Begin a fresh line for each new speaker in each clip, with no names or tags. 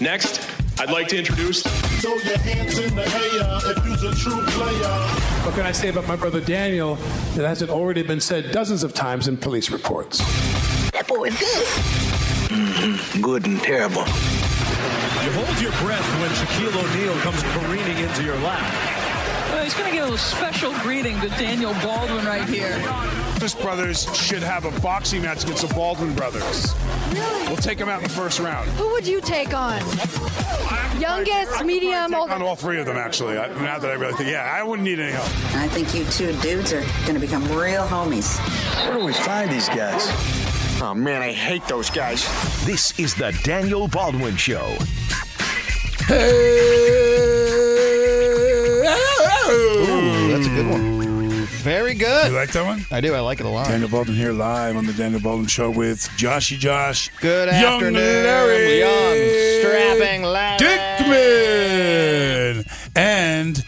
Next, I'd like to introduce.
Throw your hands in the air if you's a true player.
What can I say about my brother Daniel that hasn't already been said dozens of times in police reports?
That boy is good.
Mm-hmm. good and terrible.
You hold your breath when Shaquille O'Neal comes careening into your lap.
Well, Uh, he's going to give a little special greeting to Daniel Baldwin right here.
Davis brothers should have a boxing match against the Baldwin brothers. We'll take them out in the first round.
Who would you take on? Youngest,
I could
medium,
probably
old-
take on all three of them actually. I, now that I really think, yeah, I wouldn't need any help.
I think you two dudes are going to become real homies.
Where do we find these guys?
Oh man, I hate those guys.
This is the Daniel Baldwin Show.
Ooh, that's a good one. Very
You
good.
like that one?
I do. I like it a lot.
Daniel Baldwin here live on the Daniel Baldwin Show with Joshy Josh.
Good afternoon,
Young Larry.
young, strapping Larry.
Dickman. And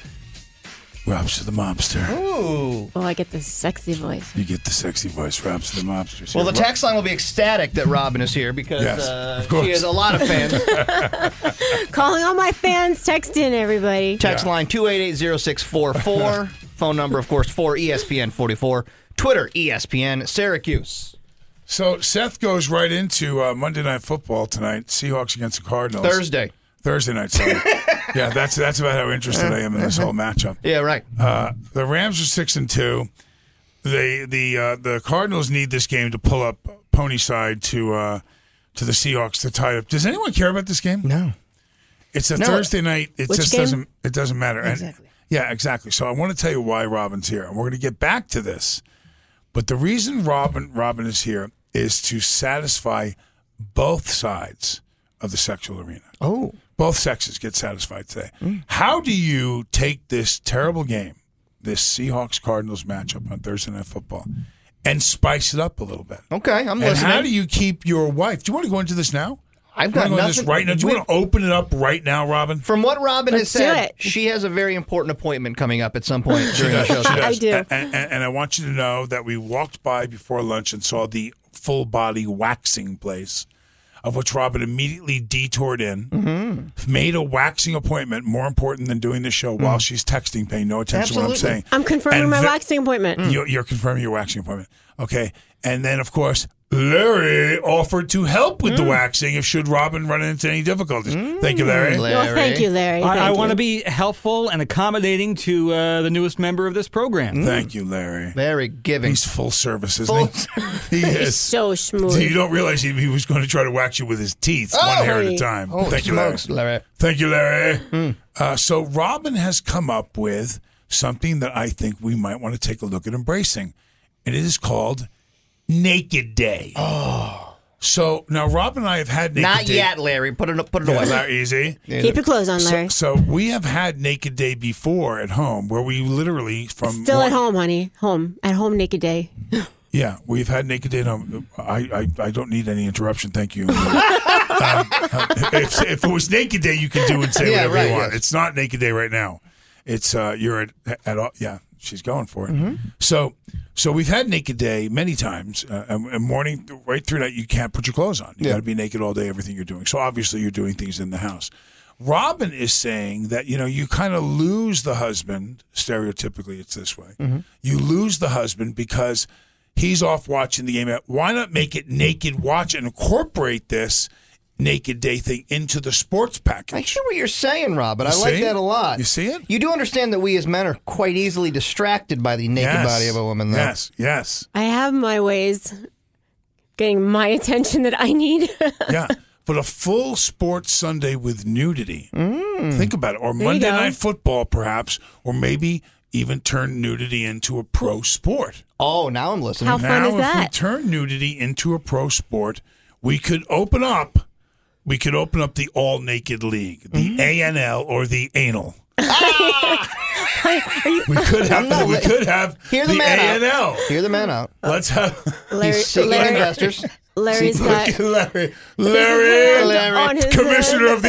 Robs the Mobster.
Ooh.
Oh, I get this sexy voice.
You get the sexy voice, Robs the Mobster.
Well, the text line will be ecstatic that Robin is here because
Yes,
uh,
of course.
she has a lot of fans.
Calling all my fans, texting everybody.
text line 2880644. Phone number, of course, E 4ESPN44. Twitter, E ESPN Syracuse.
So Seth goes right into uh, Monday Night Football tonight. Seahawks against the Cardinals.
Thursday.
Thursday night. Sorry. yeah, that's that's about how interested I am in this whole matchup.
Yeah, right.
Uh, the Rams are six and two. They the uh, the Cardinals need this game to pull up pony side to uh, to the Seahawks to tie it up. Does anyone care about this game?
No.
It's a
No.
Thursday night. It
Which
just
game?
doesn't it doesn't matter. And-
Exactly.
yeah, exactly. So I want to tell you why Robin's here, and we're going to get back to this. But the reason Robin Robin is here is to satisfy both sides of the sexual arena.
Oh.
Both sexes get satisfied today. How do you take this terrible game, this Seahawks Cardinals matchup on Thursday Night Football, and spice it up a little bit?
Okay, I'm
and
listening.
how do you keep your wife? Do you want to go into this now?
I've
Do you
got
wanna go into
nothing.
this right now. Do you
Wait.
want to open it up right now, Robin?
From what Robin
Let's
has said,
do it.
she has a very important appointment coming up at some point during the show.
She does.
I do.
And, and, and I want you to know that we walked by before lunch and saw the full body waxing place, of which Robin immediately detoured in,
Mm-hmm.
made a waxing appointment more important than doing the show while she's texting, paying no attention to what I'm
Mm. Absolutely.
saying.
I'm confirming
And
my
the-
waxing appointment.
You're, you're confirming your waxing appointment. Okay. And then, of course, Larry offered to help with the waxing if should Robin run into any difficulties. Thank you, Larry.
Well, thank you, Larry.
I,
Thank
want to
you.
be helpful and accommodating to uh, the newest member of this program.
Mm.
Thank you, Larry.
Very giving.
He's full service, isn't he? he is.
so
So you
smooth.
don't realize he, he was going to try to wax you with his teeth, one hair at a time.
Holy
Thank you, Larry.
smokes, Larry.
Thank you, Larry. Uh, so Robin has come up with something that I think we might want to take a look at embracing. and It is called Naked Day. Oh. So now Robin and I have had Naked
Not
Day.
yet, Larry. Put it put it
Yeah,
away.
Larry, easy.
Keep your clothes on, Larry.
So we have had Naked Day before at home, where we literally from
Still at
one-
home, honey. Home. At home naked day.
Yeah, we've had naked date. Um, I, I I don't need any interruption. Thank you. Um, uh, if, if it was naked day, you can do and say
Yeah,
whatever
right,
you want.
yes.
It's not naked day right now. It's uh, you're at, at all. Yeah, she's going for it.
Mm-hmm.
So so we've had naked day many times. Uh, and, and morning right through night, you can't put your clothes on. You
Yeah.
got to be naked all day. Everything you're doing. So obviously, you're doing things in the house. Robin is saying that you know you kind of lose the husband stereotypically it's this way.
Mm-hmm.
You lose the husband because he's off watching the game. Why not make it naked watch and incorporate this naked day thing into the sports
I
package?
hear what you're saying, Robin. I
You
like
see?
that a lot.
You see it?
You do understand that we as men are quite easily distracted by the naked
Yes.
body of a woman, though.
Yes, yes.
I have my ways getting my attention that I need.
yeah. But a full sports Sunday with nudity.
Mm.
Think about it. Or
you
Monday
go.
night football, perhaps, or maybe even turn nudity into a pro sport.
Oh, now I'm listening.
How fun
now,
is
if we
that?
turn nudity into a pro sport, we could open up. We could open up the all naked league,
Mm.
the ANL or the anal. we could have. We could have
Hear the,
the
man out.
ANL.
Hear the man out.
Uh,
Let's have.
Larry,
He's seeking investors.
Larry's got
Look at Larry. Larry,
hand on his
commissioner
head.
of the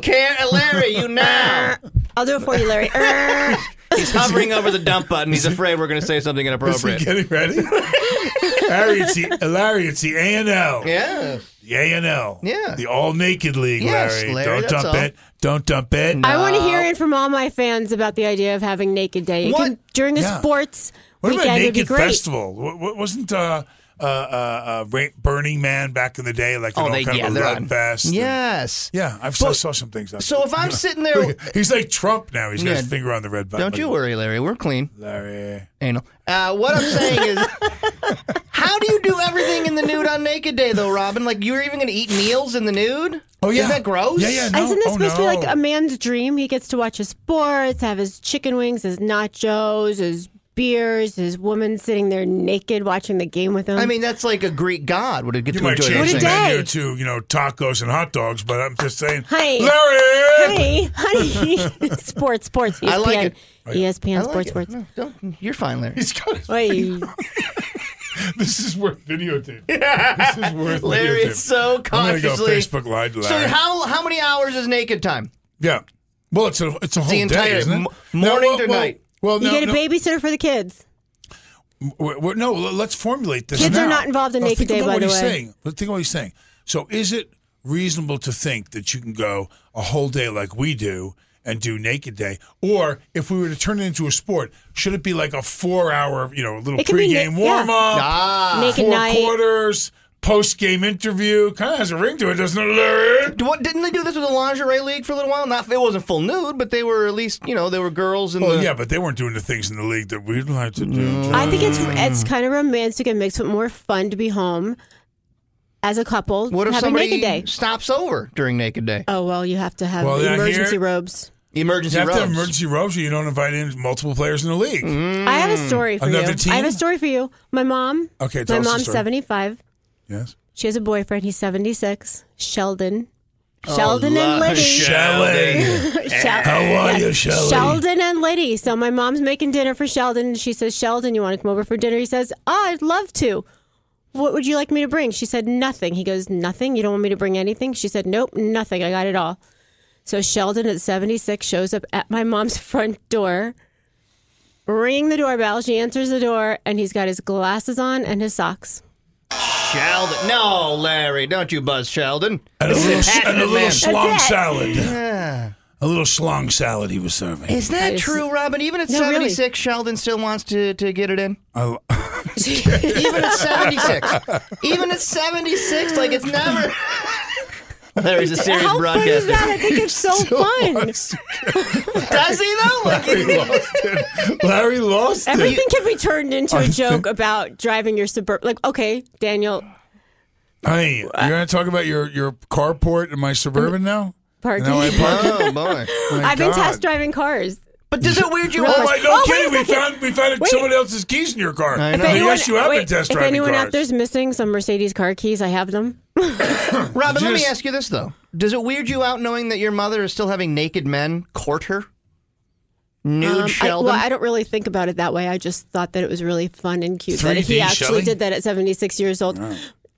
Care, Larry, you now.
I'll do it for you, Larry. Err.
He's hovering over the dump button. He's afraid we're going to say something
Is he
inappropriate.
getting ready? Larry, it's the, Larry, it's the A&L.
Yeah.
The A&L.
Yeah.
The All Naked League,
Yes,
Larry.
Larry,
Don't
that's
dump
all.
it. Don't dump it.
I want to hear it from all my fans about the idea of having Naked Day. It
What?
can- during the
Yeah.
sports
What
weekend,
about
it'd be
Naked
great.
Festival? What, what, wasn't uh, uh, uh, uh, Ra- Burning Man back in the day like
Oh,
an all
they-
kind
yeah,
of a
they're
run
on-
fest?
Yes.
yeah, I've, I saw some things. out
so
there.
if I'm sitting there-
he's like Trump now. He's got
Yeah.
his finger on the red button.
Don't you worry, Larry. We're clean.
Larry.
Anal. Uh, what I'm saying is, how do you do everything in the nude on Naked Day, though, Robin? Like, you're even going to eat meals in the nude?
Oh, yeah.
Isn't that gross?
Yeah, yeah,
Isn't this
Oh,
supposed to be
no.
like a man's dream? He gets to watch his sports, have his chicken wings, his nachos, his beers, his woman sitting there naked watching the game with him.
I mean, that's like a Greek god would get
You
to
might
enjoy
change
those
the
things.
menu to you know tacos and hot dogs, but I'm just saying,
Hey.
Larry.
honey, honey, sports, sports, E ESPN,
I like it.
ESPN,
I
Oh,
like
sports,
it.
sports.
No, don't- you're fine, Larry.
He's got his-
Wait,
this is worth videotape. This is worth
Larry
videotape.
is so
I'm gonna
consciously.
go Facebook Live, to
so
Larry.
how how many hours is naked time?
yeah. Well, it's a it's a whole
the entire
day, isn't it?
m-
No,
morning
well,
to
well,
night.
Well,
you
no,
get a
no.
babysitter for the kids.
Wait, wait, no, l- let's formulate this.
Kids are
now.
not involved in
Now,
Naked
think
Day,
about
by
what
the
he's
way.
Saying. But think about what he's saying. So, is it reasonable to think that you can go a whole day like we do and do Naked Day, or if we were to turn it into a sport, should it be like a four-hour, you know, little
It could be
pregame
na- yeah.
warm-up,
Ah.
Naked
four
night.
quarters, post-game interview? Kind of has a ring to it, doesn't it, Larry?
What didn't they do this with the lingerie league for a little while? Not it wasn't full nude, but they were at least you know they were girls in
Well,
the
Oh, yeah, but they weren't doing the things in the league that we'd like to do.
I think it's
Mm.
it's kind of romantic and makes it more fun to be home as a couple.
What if
having
somebody
naked day?
stops over during naked day?
Oh well, you have to have
Well, yeah,
emergency
here-
robes.
Emergency
You have to have
robes.
emergency robes, or you don't invite in multiple players in the league.
I have a story for
Mm. Another
you.
team?
I have a story for you. My mom.
Okay, tell
my
us the
mom's
story.
seventy five.
Yes.
She has a boyfriend. He's seventy six. Sheldon. Sheldon and
love
Liddy.
Shelly.
Shel-
How are you,
Yes.
Shelly?
Sheldon and Liddy. So my mom's making dinner for Sheldon. and She says, Sheldon, you want to come over for dinner? He says, oh, I'd love to. What would you like me to bring? She said, nothing. He goes, nothing? You don't want me to bring anything? She said, nope, nothing. I got it all. So Sheldon at 76 shows up at my mom's front door, ringing the doorbell. She answers the door, and he's got his glasses on and his socks.
Sheldon, no, Larry, don't you buzz Sheldon.
And a little, and a
happening,
little
man.
schlong
That's it.
salad. A little schlong salad he was serving.
Is that true, Robin? Even at
No, really.
seventy six, Sheldon still wants to, to get it in.
I lo-
Even at seventy six, even at seventy six, like it's never. Larry's a serious
How fun is
broadcaster.
that? I think it's so fun.
Does he though? Like,
Larry lost it. Larry lost
Everything
it.
can be turned into a joke about driving your suburb. Like, okay, Daniel,
Hey, you're going to talk about your, your carport and my Suburban now?
Parking.
Now I park.
oh boy.
My
I've been
God.
test driving cars.
But does it weird you
Oh,
out?
my, no
Oh, wait
kidding.
a
We
second.
found, we found
Wait.
someone else's keys in your car.
I know.
If
Yes,
anyone-
you have been
wait,
test
If
driving
anyone
cars.
out there's missing some Mercedes car keys, I have them.
Robin, let me
Just-
ask you this though: Does it weird you out knowing that your mother is still having naked men court her? Nude
Um, I, well,
Sheldon.
I don't really think about it that way. I just thought that it was really fun and cute that
3D,
he actually
Shelley?
did that at 76 years old.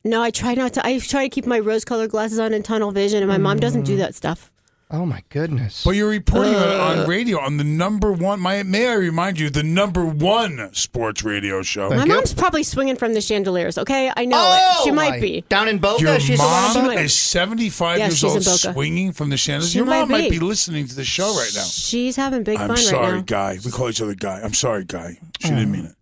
No, I try not to. I try to keep my rose-colored glasses on and tunnel vision, and my mom doesn't
Mm.
do that stuff.
oh my goodness.
But you're reporting on it
Uh.
on radio on the number one. My, may I remind you, the number one sports radio show.
My
you.
mom's probably swinging from the chandeliers. Okay, I know
oh,
it. She
my-
might be.
down in Boca.
Your
she's the
mom
one.
might-
is 75
Yeah,
years
she's
old,
in Boca.
swinging from the chandeliers.
She
Your mom
might
might be
be.
listening to the show right now.
She's having big
I'm
fun
sorry,
right now.
guy. We call each other guy. I'm sorry, guy. She didn't mean it.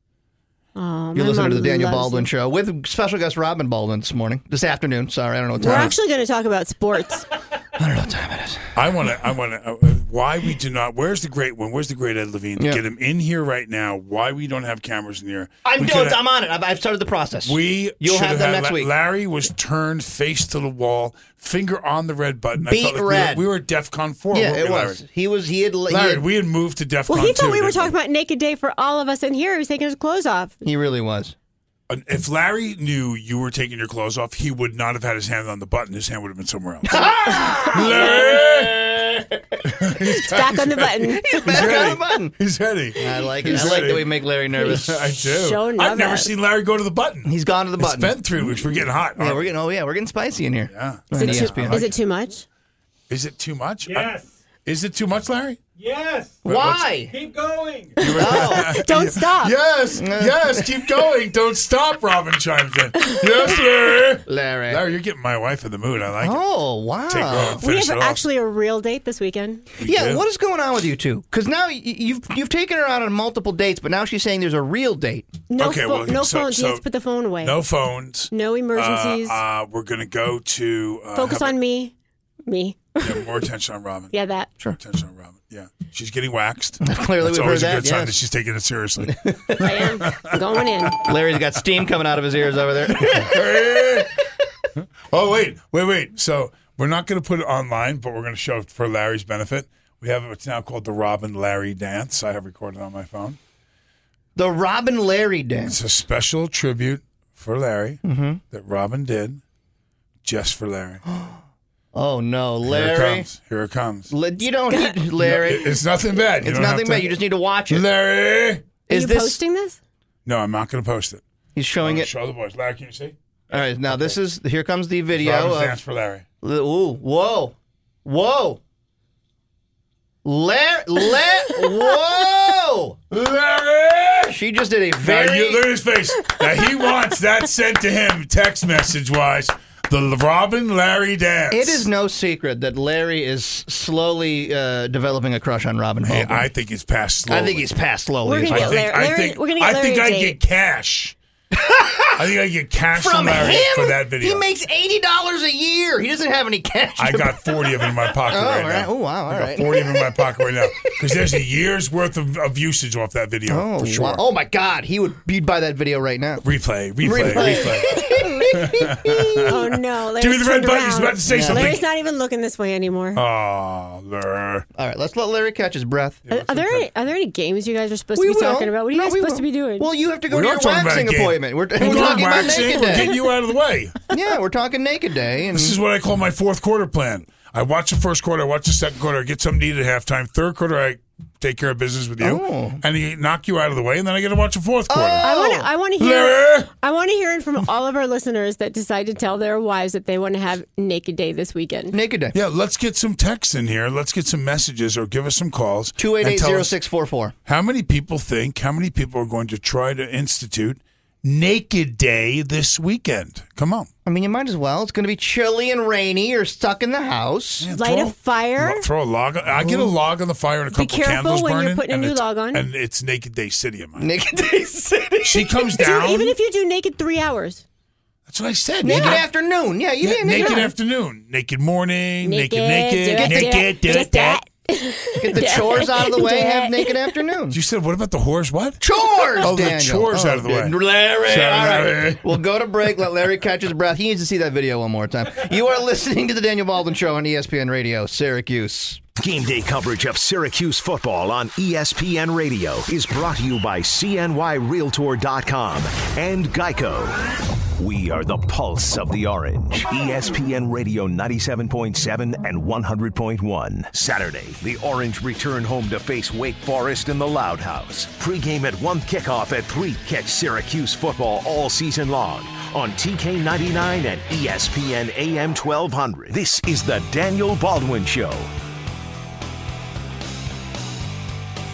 Oh,
You're
my
listening to
mom
the Daniel
loves
Baldwin
it.
show with special guest Robin Baldwin this morning, this afternoon. Sorry, I don't know what
We're
time. it is.
actually going to talk about sports.
I don't know what time it is.
I want to. I want to. Uh, why we do not? Where's the great one? Where's the great Ed Levine?
Yeah.
Get him in here right now. Why we don't have cameras in here?
I'm
we
doing.
coulda-
I'm on it. I've, I've started the process.
We
You'll
should
have them
had-
next
La-
week.
Larry was turned face to the wall, finger on the red button.
Beat
I felt like we were-
red.
We were, at DefCon four.
yeah,
weren't
it
we,
was. He was. He had.
Larry, Larry we had moved to DefCon.
Well, he thought
two,
we were
didn't
talking about naked day for all of us in here. He was taking his clothes off.
he, he really was.
Uh, If Larry knew you were taking your clothes off, he would not have had his hand on the button. His hand would have been somewhere else. Larry!
It's back on the button.
Back on
ready.
the button.
He's heady.
I like it.
He's
I like
ready.
that we make Larry nervous.
I do.
Show
I've never
nervous.
seen Larry go to the button.
He's gone to the button.
It's been three weeks. We're getting hot.
Yeah,
aren't
we're
we?
getting. Oh yeah, we're getting spicy in here.
Yeah.
On
Is it, too,
ESPN.
is it too much?
Is it too much? Yes. Is it too much, Larry?
Yes.
Wait, what's-
Keep going.
Don't stop.
Yes, yes, keep going. Don't stop, Robin chimes in. Yes, Larry.
Larry.
Larry, you're getting my wife in the mood. I like it.
Oh, wow.
Take her home and
we
finish
have
it off.
actually a real date this weekend.
You
yeah,
do?
what is going on with you two? Because now y- you've you've taken her out on multiple dates, but now she's saying there's a real date.
No,
Okay,
pho-
well,
no
so-
phones.
so-
yes, put the phone away.
No phones.
No emergencies.
Uh, uh, we're going to go to. Uh,
Focus on me. Me.
Yeah, more attention on Robin.
Yeah, that.
Sure.
Attention on Robin. Yeah. She's getting waxed.
Clearly
That's
we've
always
heard
a
that,
good sign
yes.
that she's taking it seriously.
Going in.
Larry's got steam coming out of his ears over there.
oh, wait, wait, wait. So we're not going to put it online, but we're going to show it for Larry's benefit. We have what's now called the Robin Larry Dance. I have recorded on my phone.
The Robin Larry Dance.
It's a special tribute for Larry
Mm-hmm.
that Robin did just for Larry.
Oh no,
Here it
Larry!
comes. Here it comes.
La- you don't need Larry.
No, it's nothing bad. You
it's
don't have
nothing
to-
bad. You just need to watch it.
Larry.
Is
you
this?
posting this?
No, I'm not going to post it.
He's showing it.
Show the boys. Larry, can you see?
All right, now this is. Here comes the video.
Robin's
Of,
Dance for Larry.
Ooh, whoa, whoa, Larry, Larry, whoa!
Larry!
She just did a
Now
very.
you look at his face. Now he wants that sent to him text message wise. The Robin Larry dance.
It is no secret that Larry is slowly uh, developing a crush on Robin
Hey,
Holden.
I think he's passed slowly.
I think he's passed slowly.
We're
as
gonna
well.
get Larry-
I think
we're gonna get
I think
Larry
I
a
get
date.
cash. I think I get cash from,
From
Larry
him,
for that video.
he makes eighty dollars a year. He doesn't have any cash.
I
to-
got forty of it in my pocket
Oh,
right
all right.
now.
Oh, wow, all
I got
right.
forty of it in my pocket right now because there's a year's worth of, of usage off that video
Oh,
for sure.
wow. oh my God, he would be by that video right now.
Replay, replay,
Replay.
replay.
Oh no! Larry's
Give me the red
turned
button. He's
around.
about to say something.
Larry's not even looking this way anymore.
Oh, Larry.
All right, let's let Larry catch his breath.
are, are there any, are there any games you guys are supposed
We
to be
will.
talking about? What are you
No,
guys
we
supposed
will.
to be doing?
Well, you have to go
We're
to
not
your
talking about
waxing
a game.
appointment. We're,
We're
we're
going
talking about
waxing.
naked
We're getting
day.
you out of the way.
Yeah, we're talking naked day. And
This is what I call my fourth quarter plan. I watch the first quarter, I watch the second quarter, I get something to eat at halftime. Third quarter, I take care of business with you,
Oh.
and I knock you out of the way, and then I get to watch the fourth quarter.
I want to. I want to hear.
Larry!
I want to hear it from all of our listeners that decide to tell their wives that they want to have naked day this weekend.
naked day.
Yeah, let's get some texts in here. Let's get some messages or give us some calls.
Two eight
and
eight
tell
zero
us
six four four.
How many people think, how many people are going to try to institute Naked Day this weekend? Come on.
I mean, you might as well. It's going to be chilly and rainy. You're stuck in the house.
Yeah,
Light
throw-
a fire.
Lo- Throw a log. I get a log on the fire and a couple
careful
candles
when you're
burning,
putting a
and
new
it's-
log on.
And it's Naked Day City of mine.
Naked day city.
She comes
Dude,
down.
even if you do naked three hours,
That's what I said.
Naked
Yeah.
afternoon. Yeah, you
Yeah,
didn't
naked
yeah.
afternoon, naked morning, naked,
do
naked,
it, do it,
naked, do
just
it, that.
Get the chores out of the way.
Yeah.
Have naked afternoon.
You said what about the whores? What?
Chores.
Oh, the
Daniel.
chores out of the way.
Larry.
Sorry,
all right.
Larry.
We'll go to break. Let Larry catch his breath. He needs to see that video one more time. You are listening to the Daniel Baldwin Show on ESPN Radio, Syracuse.
Game day coverage of Syracuse football on E ESPN Radio is brought to you by CNYRealtor.com and Geico. We are the pulse of the orange. E ESPN Radio 97.7 and 100.1. Saturday, the orange return home to face Wake Forest in the Loud House. Pre-game at 1 kickoff at 3. Catch Syracuse football all season long on TK99 and E ESPN AM 1200. This is the Daniel Baldwin Show.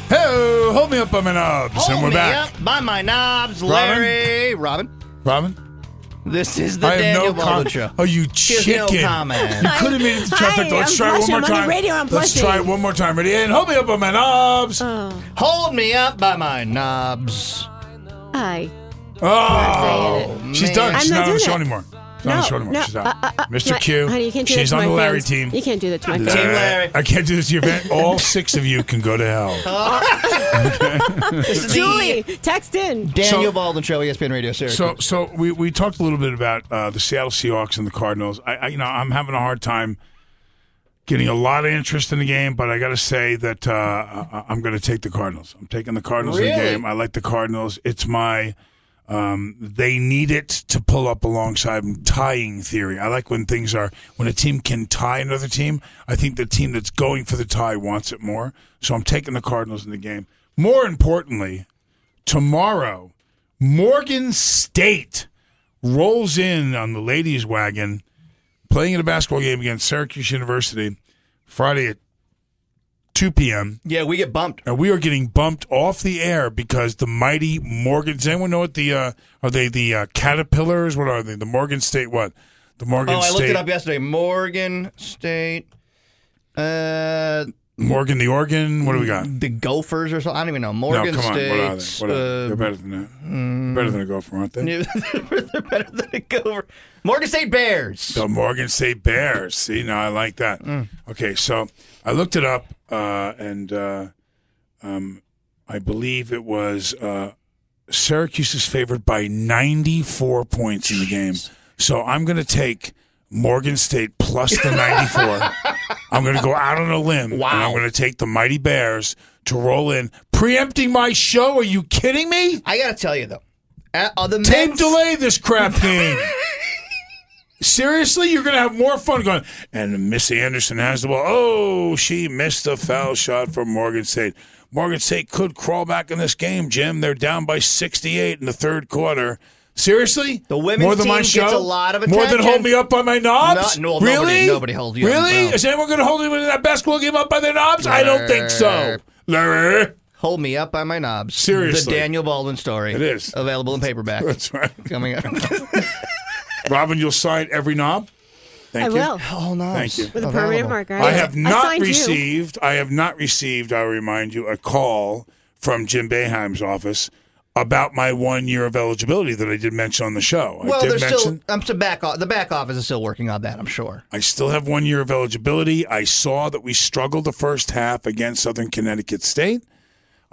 Hey, hold me up on my knobs, and
Hold
we're
me
back.
Up by my knobs,
Robin?
Larry. Robin.
Robin,
This is the
I have
Daniel
no
Baldwin
com-
Show.
Oh, you
She has no
chicken!
comment.
You could have made it to
Hi,
traffic. Let's
I'm
try
blushing.
it one
I'm
more
on the
time.
radio, I'm
Let's try it
blushing. Oh.
one more time. Ready? And hold me up on my knobs.
Hold me up by my knobs.
I.
oh,
saying it.
she's done.
Man.
She's
I'm
not on
not
the
doing
show
that.
anymore. She's not on the show anymore. She's out.
uh, uh, uh,
Mr.
my-
Q.
Honey, you can't do that
she's
to
on
my
the Larry
fans.
team.
You can't do that to my
Larry.
fans.
Larry.
I can't do this to your event. All six of you can go to hell.
This is
Julie,
the
text in.
Daniel
So-
Baldwin Show, ESPN Radio, Syracuse.
So, so we, we talked a little bit about uh, the Seattle Seahawks and the Cardinals. I, I, you know, I'm having a hard time getting a lot of interest in the game, but I got to say that uh, I, I'm going to take the Cardinals. I'm taking the Cardinals in the
Really?
game. I like the Cardinals. It's my um, they need it to pull up alongside tying theory. I like when things are when a team can tie another team. I think the team that's going for the tie wants it more. So I'm taking the Cardinals in the game. More importantly, tomorrow, Morgan State rolls in on the ladies' wagon, playing in a basketball game against Syracuse University Friday at 2 p.m.
Yeah, we get bumped.
And we are getting bumped off the air because the mighty Morgan. Does anyone know what the uh, are they? The uh, Caterpillars? What are they? The Morgan State? What? The Morgan
oh, I
State?
looked it up yesterday. Morgan State. Uh,
Morgan the Organ. What do we got?
The Gophers or something. I don't even know. Morgan uh,
no, come
State. um,
on. What are they? What are they? They're better than that. They're better than a Gopher, aren't they?
They're better than a Gopher. Morgan State Bears.
The Morgan State Bears. See, now I like that. Okay, so I looked it up, uh, and uh, um, I believe it was uh, Syracuse is favored by 94 points in the game. So I'm going to take Morgan State plus the 94. I'm going to go out on a limb. Wow. And I'm going to take the Mighty Bears to roll in, preempting my show. Are you kidding me?
I got to tell you, though. Uh, the
Tape delay this crap game. Seriously, you're going to have more fun going. And Miss Anderson has the ball. Oh, she missed a foul shot from Morgan State. Morgan State could crawl back in this game, Jim. They're down by 68 in the third quarter. Seriously?
The women's
more than my
team
show?
gets a lot of
More than hold
attention.
me up by my knobs?
No- no, nobody-
really?
nobody held you up,
Really?
no.
Is anyone going to hold me in that basketball game up by their knobs? I don't think so. Larry.
Hold me up by my knobs.
Seriously.
The Daniel Baldwin story.
It is.
Available in paperback.
That's right.
Coming up.
Robin, you'll sign every knob? Thank
I
you.
will.
Oh, no.
Thank you.
With a permanent marker.
I have not
signed you.
received. I have not received. I remind you, a call from Jim Beheim's office about my one year of eligibility that I did mention on the show.
Well,
I did
they're
mention.
still. I'm still back. off- The back office is still working on that. I'm sure.
I still have one year of eligibility. I saw that we struggled the first half against Southern Connecticut State.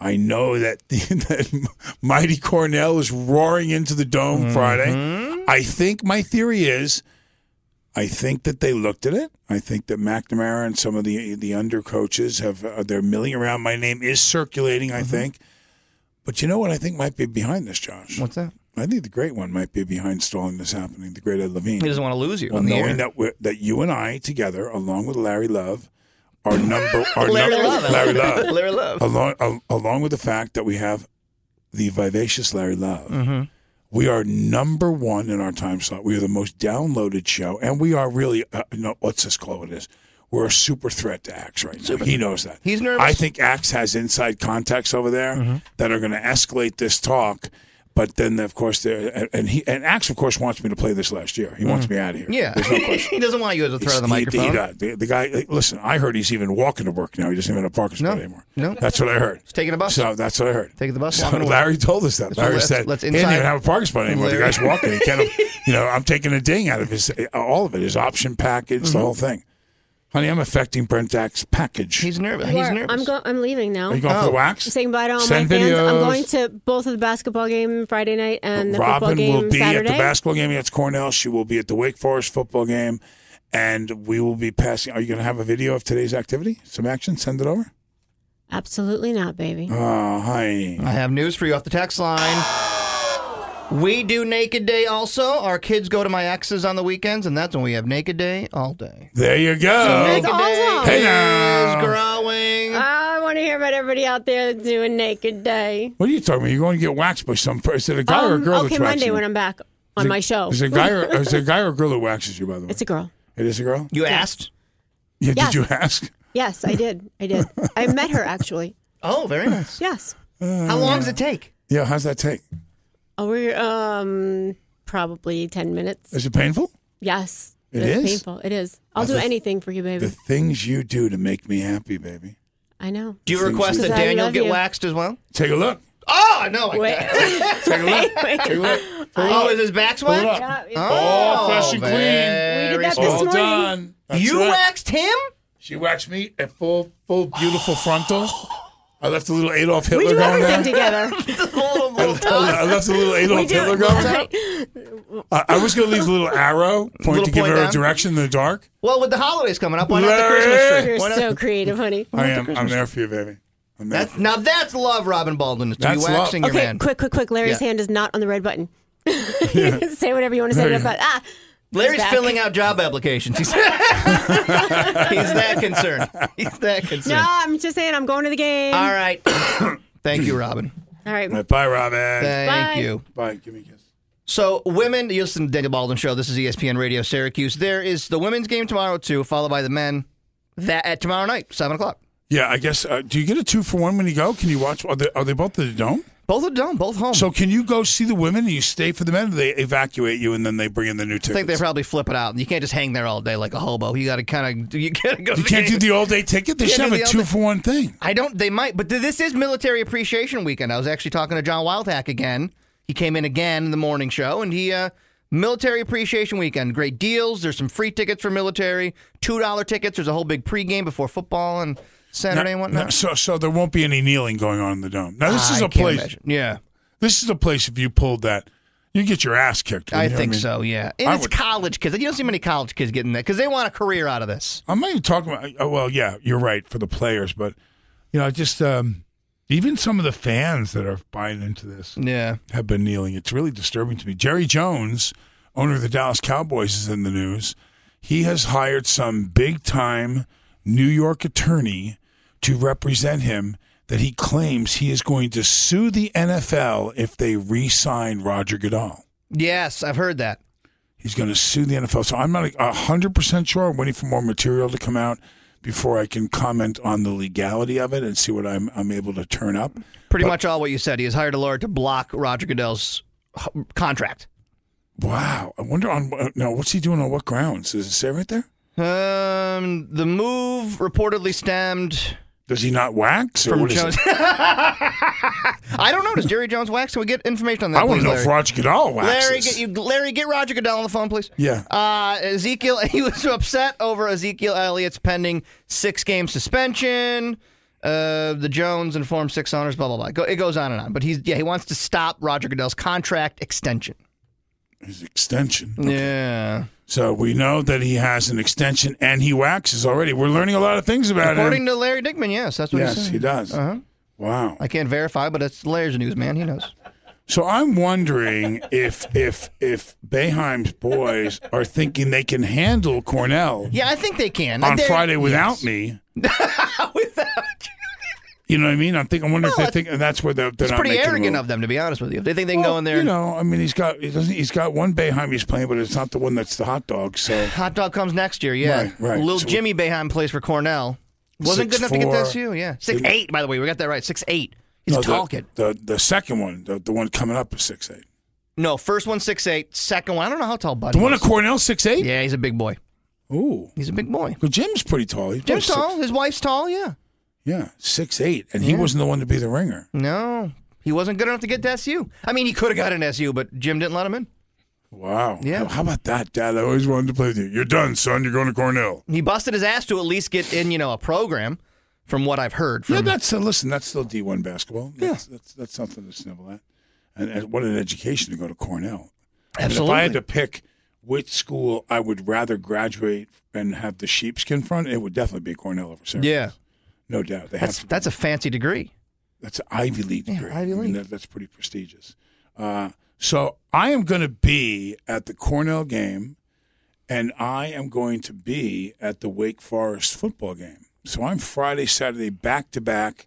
I know that, that mighty Cornell is roaring into the dome
Mm-hmm.
Friday. I think my theory is I think that they looked at it. I think that McNamara and some of the the under coaches have uh, they're milling around. My name is circulating.
Mm-hmm.
I think, but you know what I think might be behind this, Josh.
What's that?
I think the great one might be behind stalling this happening. The great Ed Levine.
He doesn't want to lose you.
Well,
on the air.
knowing that we're, that you and I together, along with Larry Love, are number are
Larry
number,
Love.
Larry Love,
Larry Love.
along al- along with the fact that we have the vivacious Larry Love.
Mhm.
We are number one in our time slot. We are the most downloaded show, and we are really uh, no. Let's just call it this. We're a super threat to Axe right now. He knows that.
He's nervous.
I think Axe has inside contacts over there that are going to escalate this talk. But then, of course, there and- and he and Axe, of course, wants me to play this last year. He wants me out of here.
Yeah.
There's no question.
he doesn't want you as a threat on the
He- he-
microphone.
uh, the, the guy, like, listen, I heard he's even walking to work now. He doesn't even have a parking spot anymore.
no.
That's what I heard.
He's taking a bus.
So that's what I heard.
Taking the bus,
So
walking to work.
Larry told us that.
That's
Larry
what-
said,
let's- let's
he didn't
inside-
even have a parking spot anymore. The
Larry.
guy's walking. He can't, you know, I'm taking a ding out of his, all of it, his option package,
Mm-hmm.
the whole thing. Honey, I'm affecting Brent Axe package.
He's nervous.
You
He's
are-
nervous. Oh.
I'm go- I'm leaving now.
Are you going for the wax?
I'm saying bye to all
Send
my fans. I'm
videos.
going to both of the basketball game Friday night and the football
Robin
game
will be
Saturday.
at the basketball game against Cornell. She will be at the Wake Forest football game, and we will be passing. Are you going to have a video of today's activity? Some action? Send it over.
Absolutely not, baby.
Oh, hi.
I have news for you off the text line. We do Naked Day also. Our kids go to my ex's on the weekends, and that's when we have Naked Day all day.
There you
That's
go.
awesome.
Hey
Is
now.
growing.
I want to hear about everybody out there that's doing naked day.
What are you talking about? You're going to get waxed by some person. Is it a guy or a
Um,
girl
okay,
that's
Monday
waxing you?
when I'm back on my show.
Is it a guy or is it a guy or a girl that waxes you? By the way,
it's a girl.
it is a girl.
You asked?
Yeah,
Yes.
Did you ask?
Yes, I did. I did. I met her actually.
Oh, very nice.
Yes.
How long does it take?
Yeah. How's that take?
Oh, we're um probably ten minutes.
Is it painful?
Yes.
It
it's
is?
painful. It is. I'll do
the-
anything for you, baby.
The things you do to make me happy, baby.
I know.
Do you
Things
request
you-
that
Because I
Daniel
love
get
you.
waxed as well?
Take a look.
Oh, no.
Wait.
Take a look.
Wait.
Take a look.
Oh, is his back
Pull it
sweat?
up.
Oh,
All fresh and clean.
very
We did that
smart.
this
All
morning.
done. That's
You
right.
waxed him?
She waxed me a full, full, beautiful frontal. I left a little Adolf Hitler
We do
going
everything
on.
together.
Little- little
I I left a little Adolf
we do.
Hitler going on. I, I was going to leave a little arrow point
Little
to give
point
her
down.
a direction in the dark.
Well, with the holidays coming up, why not the
Larry.
Christmas tree?
You're
Why not-
so creative, honey.
I am. I'm there for you, baby. I'm there.
That's, now that's love, Robin Baldwin, to
That's
be
love.
waxing your
Okay,
man.
quick, quick, quick. Larry's
Yeah.
hand is not on the red button. say whatever you want to say. to that button. Ah,
Larry's
back.
filling out job applications. He's, He's that concerned. He's that concerned.
no, I'm just saying I'm going to the game.
All right. Thank you, Robin.
All right.
All right, bye, Robin.
Thank
Bye.
you.
Bye. Give me a kiss.
So, women, you listen to the Daniel Baldwin Show. This is E ESPN Radio Syracuse. There is the women's game tomorrow, too, followed by the men that at tomorrow night, 7 o'clock.
Yeah, I guess. Uh, do you get a two for one when you go? Can you watch? Are they, are they both at the dome?
Both at the dome, both home.
So can you go see the women and you stay for the men? Or they evacuate you and then they bring in the new
I
tickets.
think they probably flip it out. You can't just hang there all day like a hobo. You got to kind of you got to go. to
You can't do
game.
the all day ticket. They
Can't do
should have
the
a
all
two
day-
for one thing.
I don't. They might, but th- this is Military Appreciation Weekend. I was actually talking to John Wildhack again. He came in again in the morning show, and he uh, Military Appreciation Weekend. Great deals. There's some free tickets for military. Two dollar tickets. There's a whole big pregame before football and Saturday and
Now-
whatnot.
now- so, so there won't be any kneeling going on in the dome. Now this
Ah, I
is a
can't
place.
imagine. Yeah,
this is a place. If you pulled that, you get your ass kicked.
I
wouldn't you?
think
mean,
so. Yeah, and
I
it's
would-
college kids. You don't see many college kids getting that because they want a career out of this.
I'm not even talking about. oh, Well, yeah, you're right for the players, but you know, just um, even some of the fans that are buying into this,
yeah,
have been kneeling. It's really disturbing to me. Jerry Jones, owner of the Dallas Cowboys, is in the news. He has hired some big time New York attorney to represent him. That he claims he is going to sue the NFL if they re-sign Roger Goodall.
Yes, I've heard that.
He's going to sue the NFL. So I'm not a hundred percent sure. I'm waiting for more material to come out before I can comment on the legality of it and see what I'm I'm able to turn up.
Pretty much all what you said. He has hired a lawyer to block Roger Goodell's h- contract.
Wow. I wonder on now what's he doing on what grounds? Does it say right there?
Um, the move reportedly stemmed
Does he not wax or
from
what is
Jones.
it?
I don't know. Does Jerry Jones wax? Can we get information on that?
I want
please,
to know
Larry?
if Roger Goodall waxes.
Larry, get you, Larry, get Roger Goodell on the phone, please.
Yeah.
Uh, Ezekiel, he was upset over Ezekiel Elliott's pending six-game suspension. Uh, the Jones informed six owners, blah blah blah. Go, it goes on and on, but he's yeah, he wants to stop Roger Goodell's contract extension.
His extension.
Yeah.
So we know that he has an extension and he waxes already. We're learning a lot of things about
According
him.
to Larry Dickman, yes, that's what he
yes,
said.
he does.
Uh-huh.
Wow.
I can't verify, but it's Larry's news, man. He knows.
So I'm wondering if if if Bayheim's boys are thinking they can handle Cornell
Yeah, I think they can.
on
They're-
Friday
yes.
without me. without you. know what I mean? I'm thinking. I wonder if they think, and that's where they're, they're
It's
not
pretty
making a
arrogant
move.
of them, to be honest with you. If they think they can go in there.
You
and
know, I mean, he's got he doesn't he's got one Bayheim he's playing, but it's not the one that's the hot dog. So
Hot dog comes next year, yeah.
Right, right.
Little
So-
Jimmy Beheim plays for Cornell. Wasn't good enough to get to
6'4".
SU, yeah. Six eight, by the way, we got that right. Six eight. He's
No,
a
the-
tall kid.
The, the second one, the, the one coming up is six eight.
No, first one six eight, second one. I don't know how tall Buddy.
The one
is.
at Cornell six eight.
Yeah, he's a big boy.
Ooh,
He's a big boy.
well, Jim's pretty tall. He's
Jim's
probably
tall. His wife's tall. Yeah.
Six, yeah, six eight, and he
Yeah.
wasn't the one to be the ringer.
No, he wasn't good enough to get to SU. I mean, he could have got an SU, but Jim didn't let him in.
Wow.
Yeah.
How, how about that, Dad? I always wanted to play with you. You're done, son. You're going to Cornell.
He busted his ass to at least get in, you know, a program. From what I've heard. From,
yeah, that's uh, listen. That's still D one basketball. That's, that's that's something to snivel at. And, and what an education to go to Cornell. I mean,
Absolutely.
if I had to pick which school I would rather graduate and have the sheepskin front, it would definitely be Cornell over Syracuse.
yeah.
No doubt. They have
That's
to.
that's a fancy degree.
That's an Ivy League degree.
Ivy
I mean,
League.
that- that's pretty prestigious. Uh, so I am going to be at the Cornell game, and I am going to be at the Wake Forest football game. So I'm Friday, Saturday, back to back,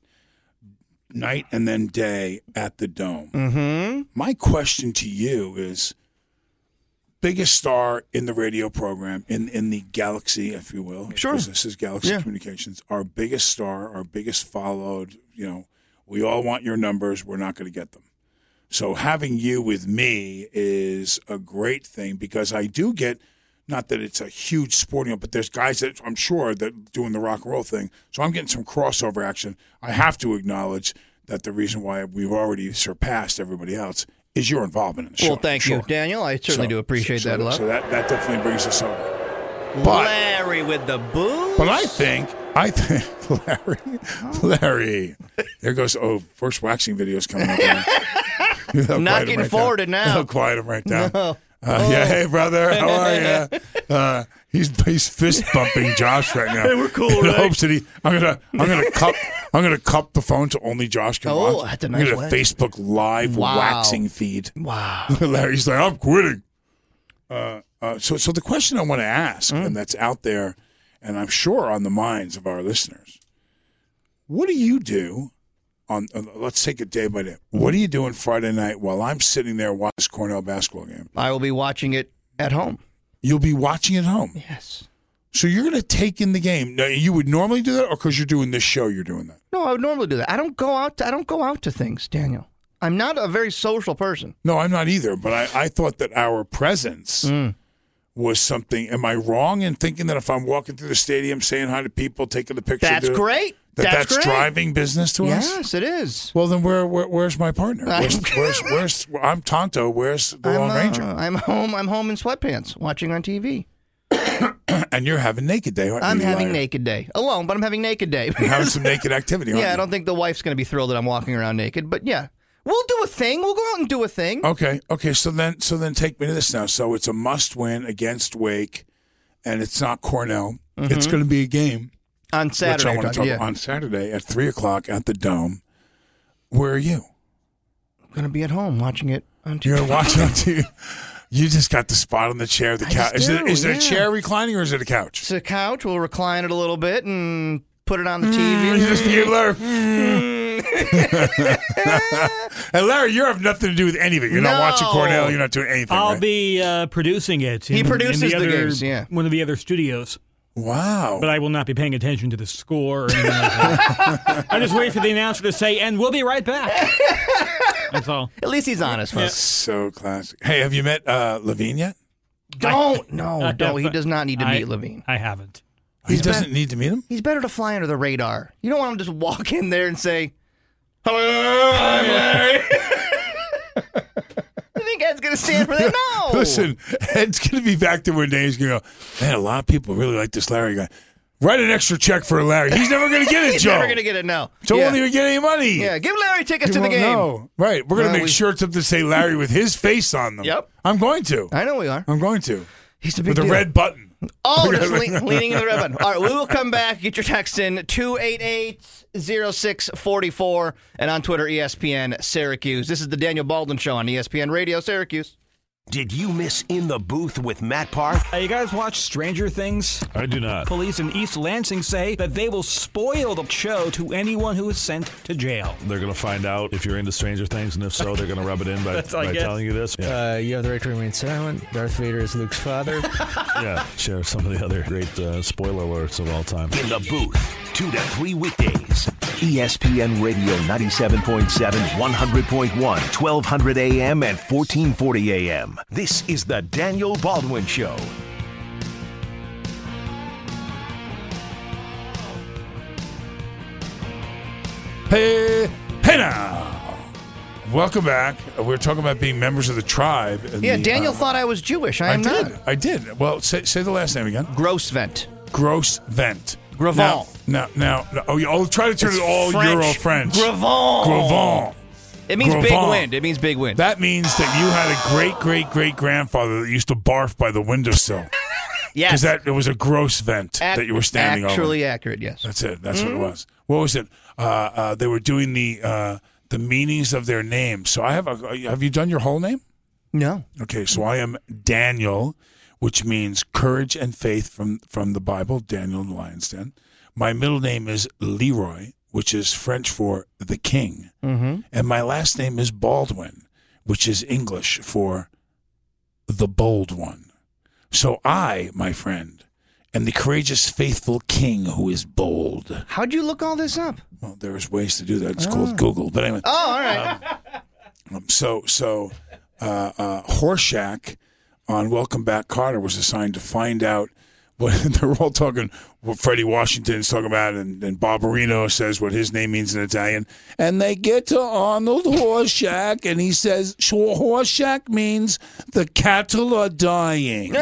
night and then day at the Dome.
Mm-hmm.
My question to you is biggest star in the radio program, in, in the galaxy, if you will.
Sure.
because This is Galaxy
Yeah.
Communications. Our biggest star, our biggest followed, you know, we all want your numbers. We're not going to get them. So having you with me is a great thing because I do get not that it's a huge sporting, but there's guys that I'm sure that doing the rock and roll thing. So I'm getting some crossover action. I have to acknowledge that the reason why we've already surpassed everybody else is your involvement in the show.
Well, thank
sure.
you, Daniel. I certainly
So-
do appreciate
so-
that a lot.
So that, that definitely brings us over. But-
Larry with the boo.
But I think I think Larry, Larry, there goes oh first waxing video's coming up. He'll quiet
Not
him
getting
right
forwarded
down.
now.
He'll quiet him right down. Uh, yeah, hey brother, how are you? Uh, he's he's fist bumping Josh right now.
Hey, we're cool,
In
right?
hopes that he, I'm gonna I'm gonna cup I'm gonna cup the phone to only Josh can
Oh,
watch.
that's a
I'm
nice
gonna
way.
Facebook live
Wow.
waxing feed.
Wow.
Larry's like, I'm quitting. Uh, uh, so, so the question I want to ask, and that's out there, and I'm sure on the minds of our listeners, what do you do? On uh, let's take it day by day. What are you doing Friday night while I'm sitting there watching this Cornell basketball game?
I will be watching it at home.
You'll be watching at home.
Yes.
So you're going to take in the game. Now, you would normally do that, or because you're doing this show, you're doing that.
No, I would normally do that. I don't go out. To, I don't go out to things, Daniel. I'm not a very social person.
No, I'm not either. But I, I thought that our presence
Hmm.
was something. Am I wrong in thinking that if I'm walking through the stadium, saying hi to people, taking a picture,
That's
do-
great.
That
That's
that's,
great.
driving business to us.
Yes, it is.
Well, then where, where where's my partner?
I'm-
Where's, where's, where's, I'm Tonto. Where's the
I'm,
Lone
uh,
Ranger?
I'm home. I'm home in sweatpants, watching on TV.
and you're having naked day. Aren't
I'm
you, you
having
liar?
naked day alone, but I'm having naked day.
You're having some naked activity. Aren't
yeah, I
you?
don't think the wife's going to be thrilled that I'm walking around naked. But yeah, we'll do a thing. We'll go out and do a thing.
Okay, okay. So then, so then, take me to this now. So it's a must-win against Wake, and it's not Cornell. It's
Mhm.
going to be a game
On Saturday,
which I
you're
want to
talking-
talk
yeah.
about on Saturday at three o'clock at the Dome. Where are you?
I'm going to be at home watching it on TV.
You're watching on TV. You just got the spot on the chair. The
I
couch.
just
Is it
do,
is it
yeah.
a chair reclining or is it a couch?
It's a couch. We'll recline it a little bit and put it on the TV.
Just you, Larry. and Larry, you have nothing to do with anything. You're not watching
No.
Cornell. You're not doing anything.
I'll
right?
be uh, producing it.
He produces the
other,
games, yeah.
One of the other studios.
Wow.
But I will not be paying attention to the score or anything like that. I just wait for the announcer to say, and we'll be right back. That's all.
At least he's honest.
That's so classic. Hey, have you met uh, Levine yet?
Don't. No,
I
no. He
haven't.
does not need to
I-
meet Levine.
I haven't.
He doesn't need to meet him.
He's better to fly under the radar. You don't want him to just walk in there and say, "Hello, I'm Larry." you think Ed's going to stand for that? No.
Listen, Ed's going to be back to where Dave's going to go, man, a lot of people really like this Larry guy. Write an extra check for Larry. He's never going to get it,
He's
Joe.
never going to get it. No.
Joe
Yeah.
won't even get any money.
Yeah, give Larry tickets
He
to the
won't
game.
know. Right. We're going to
Well,
make
we-
shirts up to say Larry with his face on them. Yep. I'm going to.
I know we are.
I'm going to.
He's a
With a
deal.
red button.
Oh, just lean, leaning in the red button. All right, we will come back. Get your text in 288-0644 and on Twitter
E
ESPN Syracuse. This is the Daniel Baldwin Show on ESPN Radio Syracuse.
Did you miss In the Booth with Matt Park?
Uh, you guys watch Stranger Things? I do not. Police in East Lansing say that they will spoil the show to anyone who is sent to jail.
They're going to find out if you're into Stranger Things, and if so, they're going to rub it in by,
That's all I
by
guess.
telling you this. Yeah.
Uh, you have the right to remain silent. Darth Vader is Luke's father.
yeah, share some of the other great uh, spoiler alerts of all time.
In the Booth, 2 to 3 weekdays. E ESPN Radio 97.7, 100.1, 1200 AM and 1440 AM. This is the Daniel Baldwin Show.
Hey, hey now. Welcome back. We We're talking about being members of the tribe. and
Yeah,
the,
Daniel
uh,
thought I was Jewish. I am
did.
not.
I did. Well, say, say the last name again.
Grossvent.
Grossvent.
Gravant.
Now, now, now, now- oh, yeah, I'll try to turn
It's
it all
French.
Euro French.
Gravant.
Gravant.
It means big
Gravant.
wind. It means big wind.
That means that you had a great, great, great grandfather that used to barf by the windowsill.
Yes.
Because that it was a gross vent
Ac-
that you were standing on.
Actually accurate, yes.
That's it. That's
Mhm.
what it was. What was it? Uh, uh, they were doing the uh, the meanings of their names. So I have a. Have you done your whole name?
No.
Okay. So I am Daniel, which means courage and faith from from the Bible. Daniel in the lion's den. My middle name is Leroy, which is French for the king,
Mm-hmm.
and my last name is Baldwin, which is English for the bold one. So I, my friend, am the courageous, faithful king who is bold.
How'd you look all this up?
Well, there's ways to do that. It's called Google. But anyway,
Oh, all right.
um, so so uh, uh, Horshack on Welcome Back Carter was assigned to find out what they're all talking. What Freddie Washington's talking about, and, and Barbarino says what his name means in Italian, and they get to Arnold Horshack, and he says "Sure, Horshack means the cattle are dying.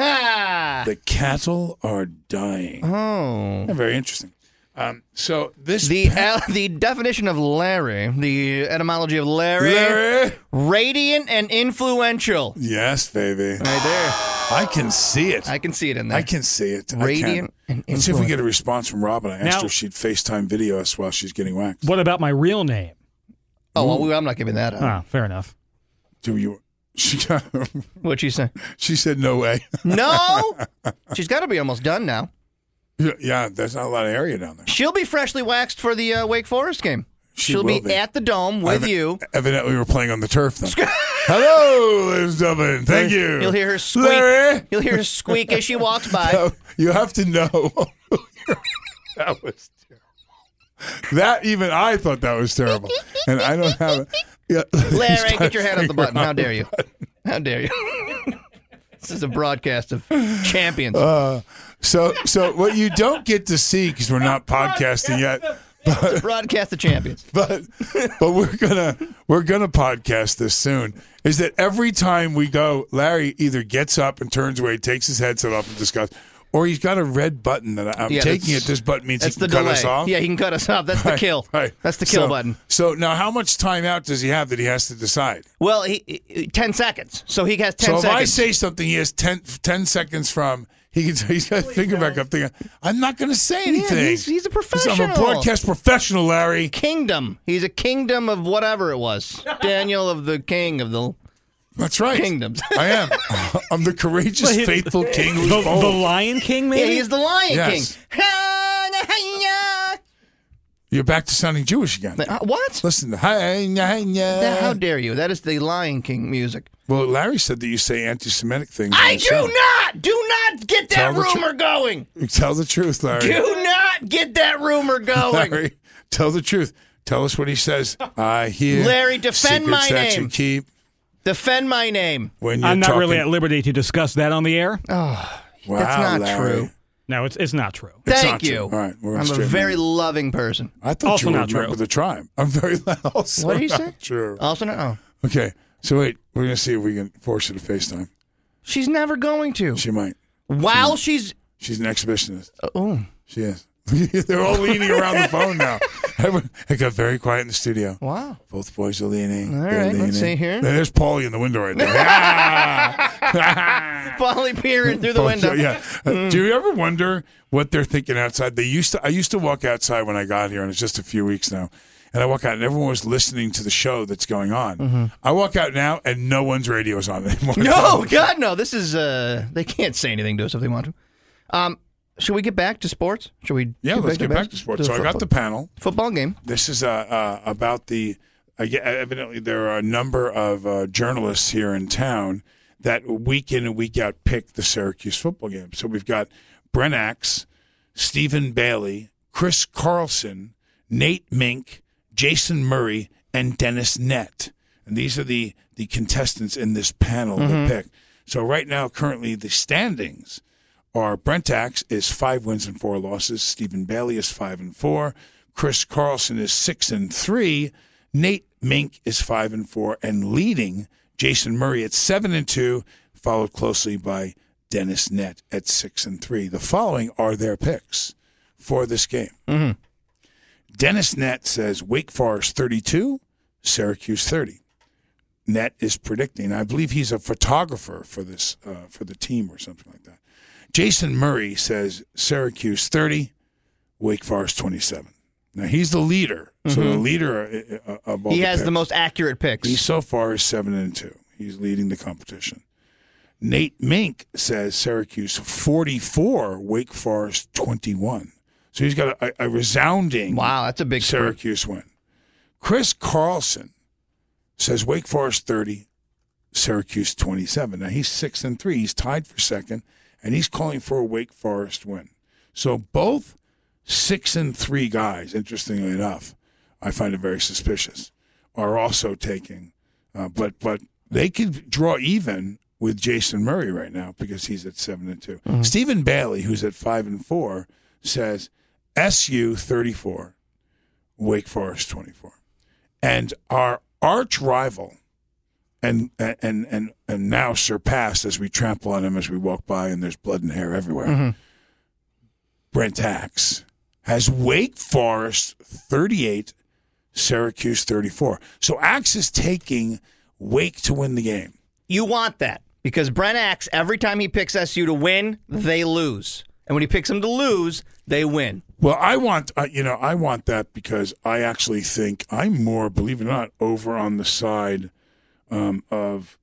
the cattle are dying.
Oh,
very interesting. Um, so this
the el- the definition of Larry, the etymology of Larry,
Larry.
radiant and influential.
Yes, baby.
Right there.
I can see it. I
can see it in there.
I can see it. I can.
Radiant and
Let's see if we
influential.
get a response from Robin. I asked
Now-
her if she'd FaceTime video us while she's getting waxed.
What about my real name?
Oh, well, I'm not giving that up.
Ah, fair enough.
Do you? She got.
What'd she say?
She said no way.
No, she's got to be almost done now.
Yeah, yeah, there's not a lot of area down there.
She'll be freshly waxed for the uh, Wake Forest game.
She
will
will
be,
be.
at the dome with
Evi-
you.
Evidently, we're playing on the turf then. Hello, ladies and gentlemen. Thank you.
You'll hear her squeak.
Larry?
You'll hear her squeak as she walks by.
No, you have to know. that was terrible. That even I thought that was terrible, and I don't have it. Yeah,
Larry,
he's got
get your head off the
finger
button.
on
How
the
dare you? How dare you? this is a broadcast of champions.
Uh, so, so what you don't get to see because we're not podcasting yet, but
broadcast the champions.
But but we're gonna we're gonna podcast this soon. Is that every time we go, Larry either gets up and turns away, takes his headset off and discuss, or he's got a red button that I- I'm
Yeah,
taking it.
that's-
This button means he
that's the
can cut
delay.
us off.
Yeah, he can cut us off. That's the
Right,
kill.
right.
That's the kill
So-
button.
So now, how much timeout does he have that he has to decide?
Well, he, he- ten seconds. So he has ten
so if I
seconds.
say something, he has 10, 10 seconds from he can. He's got his finger back up, thinking, "I'm not going to say anything."
he's- he's a
I'm a
professional.
broadcast professional, Larry.
kingdom. He's a kingdom of whatever it was. Daniel of the king of the.
That's right.
Kingdoms.
I am. I'm the courageous,
Wait.
faithful king. who's
The- the
bold.
Lion King,
Yeah, he's the Lion
Yes.
King.
You're back to sounding Jewish again.
Uh, What?
Listen, hi, hi,
That- How
hi.
dare you? That is the Lion King music.
Well, Larry said that you say anti-Semitic things. on
I
the
do
show.
not. Do not get
Tell
that
the tru-
rumor going.
Tell the truth, Larry.
Do not get that rumor going.
Larry, tell the truth. Tell us what he says. I hear.
Larry, defend my
secrets that You
name.
keep
Defend my name.
when you're
I'm not really at
talking-
liberty to discuss that on the air.
Oh,
Wow,
that's not
Larry.
true.
No, it's it's not true.
It's
Thank
not
you.
true. All right, we're on
I'm a
straight
very
now.
loving person.
I thought
Also
you were
not
a
true.
member of the tribe. I'm very also
What did you
not
say?
True.
Also, oh. no.
Okay, so wait, we're gonna see if we can force her to FaceTime.
She's never going to.
She might.
While she's.
She's an exhibitionist.
Oh.
She is. They're all leaning around the phone now. Everyone- It got very quiet in the studio.
Wow.
Both boys are leaning.
All
They're
right,
leaning.
let's see here.
There's Paulie in the window right now.
Polly peering through the window.
yeah. Uh, Do you ever wonder what they're thinking outside? They used to. I used to walk outside when I got here, and it's just a few weeks now. And I walk out, and everyone was listening to the show that's going on.
Mm-hmm.
I walk out now, and no one's radio is on anymore.
No,
Oh,
God, no. This is. uh They can't say anything to us if they want to. Um, should we get back to sports? Should we?
Yeah, let's get back to sports. So I got the panel.
football game.
This is uh, uh, about the. I ge- evidently, there are a number of uh, journalists here in town that week in and week out pick the Syracuse football game. So we've got Brent Axe, Stephen Bailey, Chris Carlson, Nate Mink, Jason Murray, and Dennis Nett. And these are the, the contestants in this panel
Mhm.
to pick. So right now, currently, the standings are Brent Axe is five wins and four losses. Stephen Bailey is five and four. Chris Carlson is six and three. Nate Mink is five and four and leading Jason Murray at seven and two, followed closely by Dennis Nett at six and three. The following are their picks for this game.
Mhm.
Dennis Nett says Wake Forest 32, Syracuse 30. Nett is predicting. I believe he's a photographer for this uh, for the team or something like that. Jason Murray says Syracuse 30, Wake Forest 27. Now he's the leader, so the
Mhm.
leader uh, uh, of all
He
the
has the
picks.
most accurate picks.
He so far is seven and two. He's leading the competition. Nate Mink says Syracuse 44, Wake Forest 21. So he's got a, a resounding
wow, that's a big score.
Syracuse win. Chris Carlson says Wake Forest 30, Syracuse 27. Now he's six and three. He's tied for second, and he's calling for a Wake Forest win. So both six and three guys, interestingly enough, I find it very suspicious, are also taking, uh, but but they could draw even with Jason Murray right now because he's at seven and 2 Stephen Bailey, who's at five and four, says SU 34, Wake Forest 24. And our arch rival, and and and and now surpassed as we trample on him as we walk by, and there's blood and hair everywhere. Brent Axe has Wake Forest 38, Syracuse 34. So Axe is taking Wake to win the game.
You want that because Brent Axe, every time he picks SU to win, they lose. And when he picks them to lose, they win.
Well, I want uh, you know I want that because I actually think I'm more, believe it or not, over on the side um, of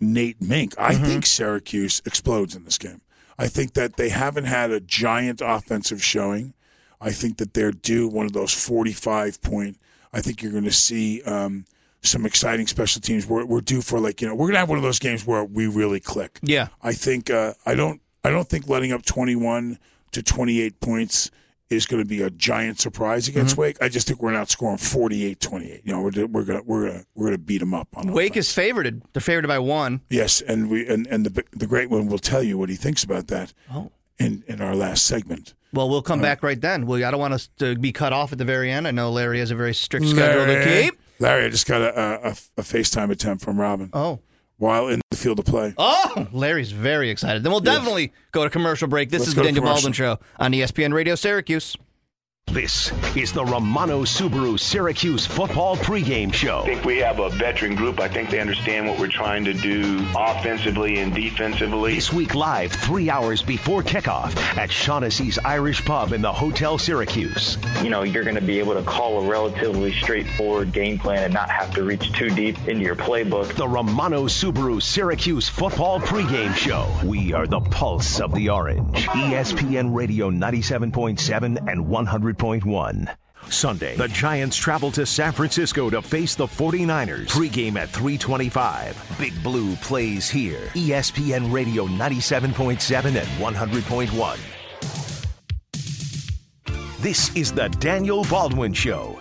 Nate Mink. I think Syracuse explodes in this game. I think that they haven't had a giant offensive showing. I think that they're due one of those 45 point. I think you're going to see um, some exciting special teams. We're, we're due for like you know we're gonna have one of those games where we really click.
Yeah.
I think uh, I don't I don't think letting up 21 to 28 points is going to be a giant surprise against
Mhm.
Wake. I just think we're not scoring 48-28. You know, we're we're gonna we're gonna we're gonna beat them up on
Wake is favored. They're favored by one.
Yes, and we and, and the the great one will tell you what he thinks about that
Oh.
in in our last segment.
Well, we'll come back right then. Well, I don't want us to be cut off at the very end. I know Larry has a very strict schedule to keep.
Larry, I just got a, a, a FaceTime attempt from Robin.
Oh.
While in the field of play.
Oh, Larry's very excited. Then we'll definitely go to commercial break. This
Let's
is
go to
the Daniel
commercial.
Baldwin Show on ESPN Radio Syracuse.
This is the Romano Subaru Syracuse football pregame
I
show.
think we have a veteran group. I think they understand what we're trying to do offensively and defensively.
This week live, three hours before kickoff at Shaughnessy's Irish Pub in the Hotel Syracuse.
You know, you're going to be able to call a relatively straightforward game plan and not have to reach too deep into your playbook.
The Romano Subaru Syracuse football pregame show. We are the pulse of the orange. E ESPN Radio 97.7 and 100.1. Sunday, the Giants travel to San Francisco to face the 49ers. Pregame at 325. Big Blue plays here. E ESPN Radio 97.7 and 100.1. This is the Daniel Baldwin Show.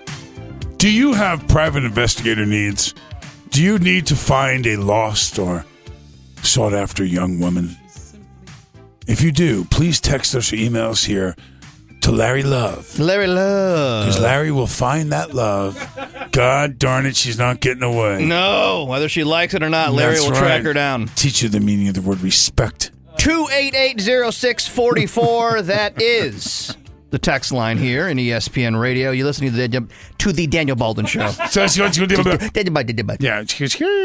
Do you have private investigator needs? Do you need to find a lost or sought after young woman? If you do, please text us or email us here to Larry Love.
Larry Love.
Because Larry will find that love. God darn it, she's not getting away.
No, whether she likes it or not, Larry
That's
will track
right.
her down.
Teach you the meaning of the word respect.
2880644. that is the text line here in E ESPN Radio. You're listening to the Daniel, to the Daniel Baldwin Show.
So that's what you do. Yeah, excuse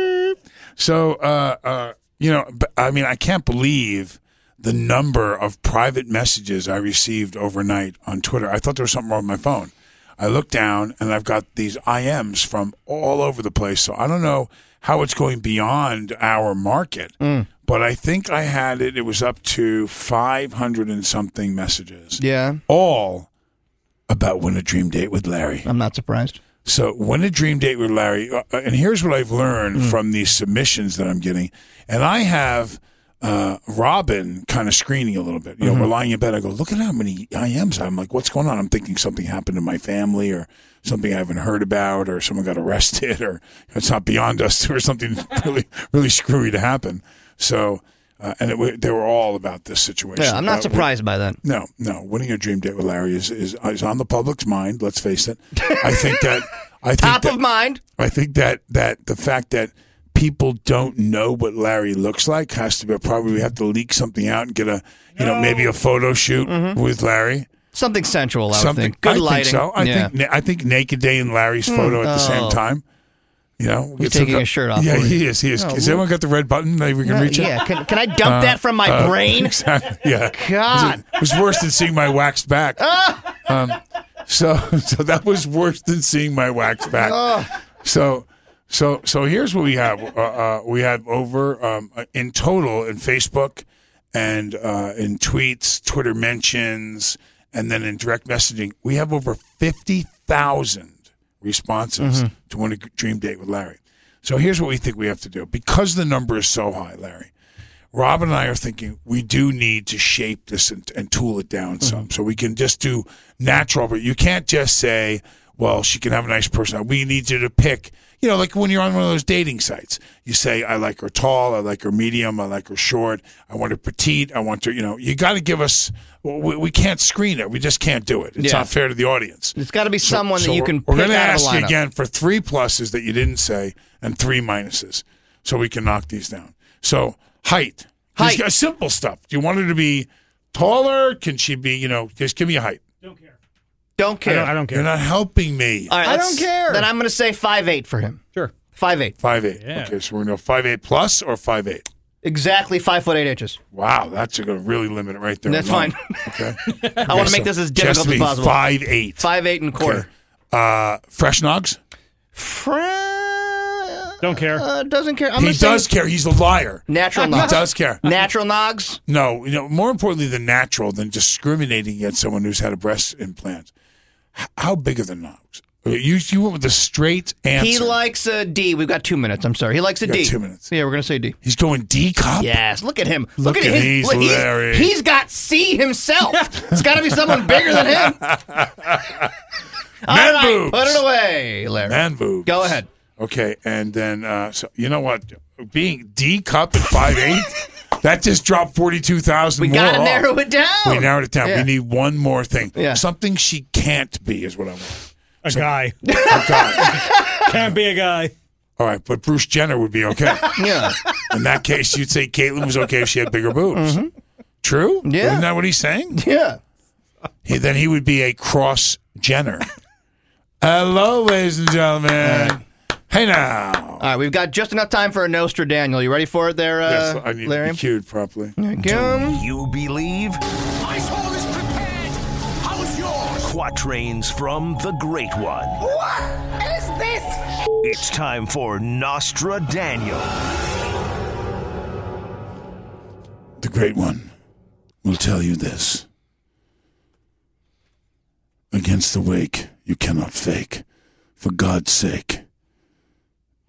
So, uh, uh, you know, b- I mean, I can't believe the number of private messages I received overnight on Twitter. I thought there was something wrong with my phone. I look down and I've got these IMs from all over the place. So I don't know how it's going beyond our market, but I think I had it. It was up to 500 and something messages.
Yeah.
All about when a dream date with Larry.
I'm not surprised.
So, when a dream date with Larry, uh, and here's what I've learned
Hmm.
from these submissions that I'm getting, and I have uh, Robin kind of screening a little bit. You know,
Mm-hmm.
we're lying in bed. I go, look at how many IMs. I'm like, what's going on? I'm thinking something happened to my family or something I haven't heard about or someone got arrested or it's not beyond us or something really, really screwy to happen. So, uh, and it, w- they were all about this situation.
Yeah, I'm not
Uh,
surprised by that.
no, no. Winning a dream date with Larry is, is, is on the public's mind. Let's face it. I think that I think
Top
that,
of mind.
I think that that the fact that people don't know what Larry looks like has to be probably we have to leak something out and get a you know maybe a photo shoot with Larry.
Something sensual, I would think. Mm-hmm. Good
I
lighting.
Think so. I
Yeah.
think I think Naked Day and Larry's photo
Hmm.
at the same
Oh.
time. You know, we'll
He's
get some
taking
co-
his shirt off
Yeah,
for
he
you.
is. He is.
Oh,
Has everyone got the red button that we can
Yeah,
reach? it?
Uh, yeah. Can- can I dump that from my brain?
Exactly. Yeah.
God.
It was worse than seeing my waxed back. um, so so that was worse than seeing my waxed back.
Ugh.
So so so here's what we have. Uh, uh, we have over um, uh, in total in Facebook and uh, in tweets, Twitter mentions, and then in direct messaging, we have over fifty thousand responses
Mhm.
to win a dream date with Larry. So here's what we think we have to do because the number is so high, Larry. Rob and I are thinking we do need to shape this and, and tool it down
Mm-hmm.
some so we can just do natural, but you can't just say, well, she can have a nice person. We need you to pick, you know, like when you're on one of those dating sites, you say, I like her tall, I like her medium, I like her short, I want her petite, I want her, you know, you got to give us, we, we can't screen it. We just can't do it. It's
Yeah.
not fair to the audience.
It's got to be someone that you
we're-
can
We're
pick
gonna
out
ask
of a
you
lineup.
again for three pluses that you didn't say and three minuses, so we can knock these down. So height, height, simple stuff. Do you want her to be taller? Can she be? You know, just give me a height.
Don't care.
I don't, care. You're not helping me.
All right, let's- Then I'm going to say five eight for him. Sure. Five eight.
Five eight. Okay, so we're gonna go five eight plus or five eight.
Exactly five foot eight inches.
Wow, that's gonna really limit it right there.
That's
alone.
fine.
Okay.
I want to make this as difficult as possible.
Five eight.
Five eight and a quarter.
Uh, fresh nogs.
Don't care.
Uh, doesn't care. I'm
he
gonna say
does care. He's a liar.
Natural
He
nogs.
does care.
Natural nogs.
No, you know, more importantly than natural, than discriminating against someone who's had a breast implant. H- How big are the nogs? You you went with the straight answer.
He likes a D. We've got two minutes. I'm sorry. He likes a
You got
D.
two minutes.
Yeah, we're gonna say D.
He's going D cop.
Yes. Look at him.
Look at
his-
these,
look, he's-
Larry.
he's got C himself. it's got to be someone bigger than him. All
Man
right,
boobs.
put it away, Larry.
Man boobs.
Go ahead.
Okay, and then uh, so you know what? Being D cup at five eight, that just dropped forty two thousand.
We gotta narrow it down.
We narrowed it down.
Yeah.
We need one more thing.
Yeah.
Something she can't be is what I want.
A guy.
A guy.
Can't be a guy.
All right, but Bruce Jenner would be okay.
Yeah.
In that case, you'd say Caitlyn was okay if she had bigger boobs. True.
Mm-hmm. Yeah.
Isn't that what he's saying?
Yeah.
He, then he would be a cross Jenner. Hello, ladies and gentlemen. Hey now.
All right, we've got just enough time for a Nostra Daniel. You ready for it there, uh,
Yes, I need
Larry?
to be cued properly.
Go.
You believe?
My soul is prepared. How is yours?
Quatrains from the Great One.
What is this?
It's time for Nostra Daniel.
The Great One will tell you this. Against the wake, you cannot fake. For God's sake,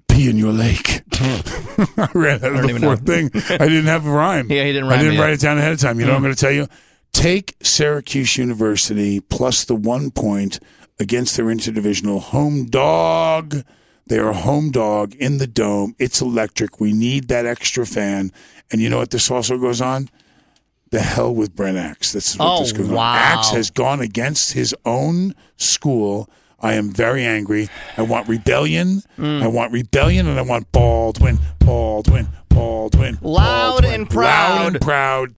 pee in your lake. I ran out
I
of
don't
the
even
fourth
know.
thing. I didn't have a rhyme.
Yeah, he didn't
I
rhyme
didn't
it
write
yet.
it down ahead of time. You know what I'm
Mm.
going to tell you? Take Syracuse University plus the one point against their interdivisional home dog. They are a home dog in the dome. It's electric. We need that extra fan. And you know what? This also goes on. The hell with Brent Axe. This is what
Oh,
this goes
wow.
on. Axe has gone against his own school. I am very angry. I want rebellion.
Mm.
I want rebellion, and I want Baldwin, Baldwin, Baldwin.
Loud
Baldwin.
and
Loud
proud.
and proud.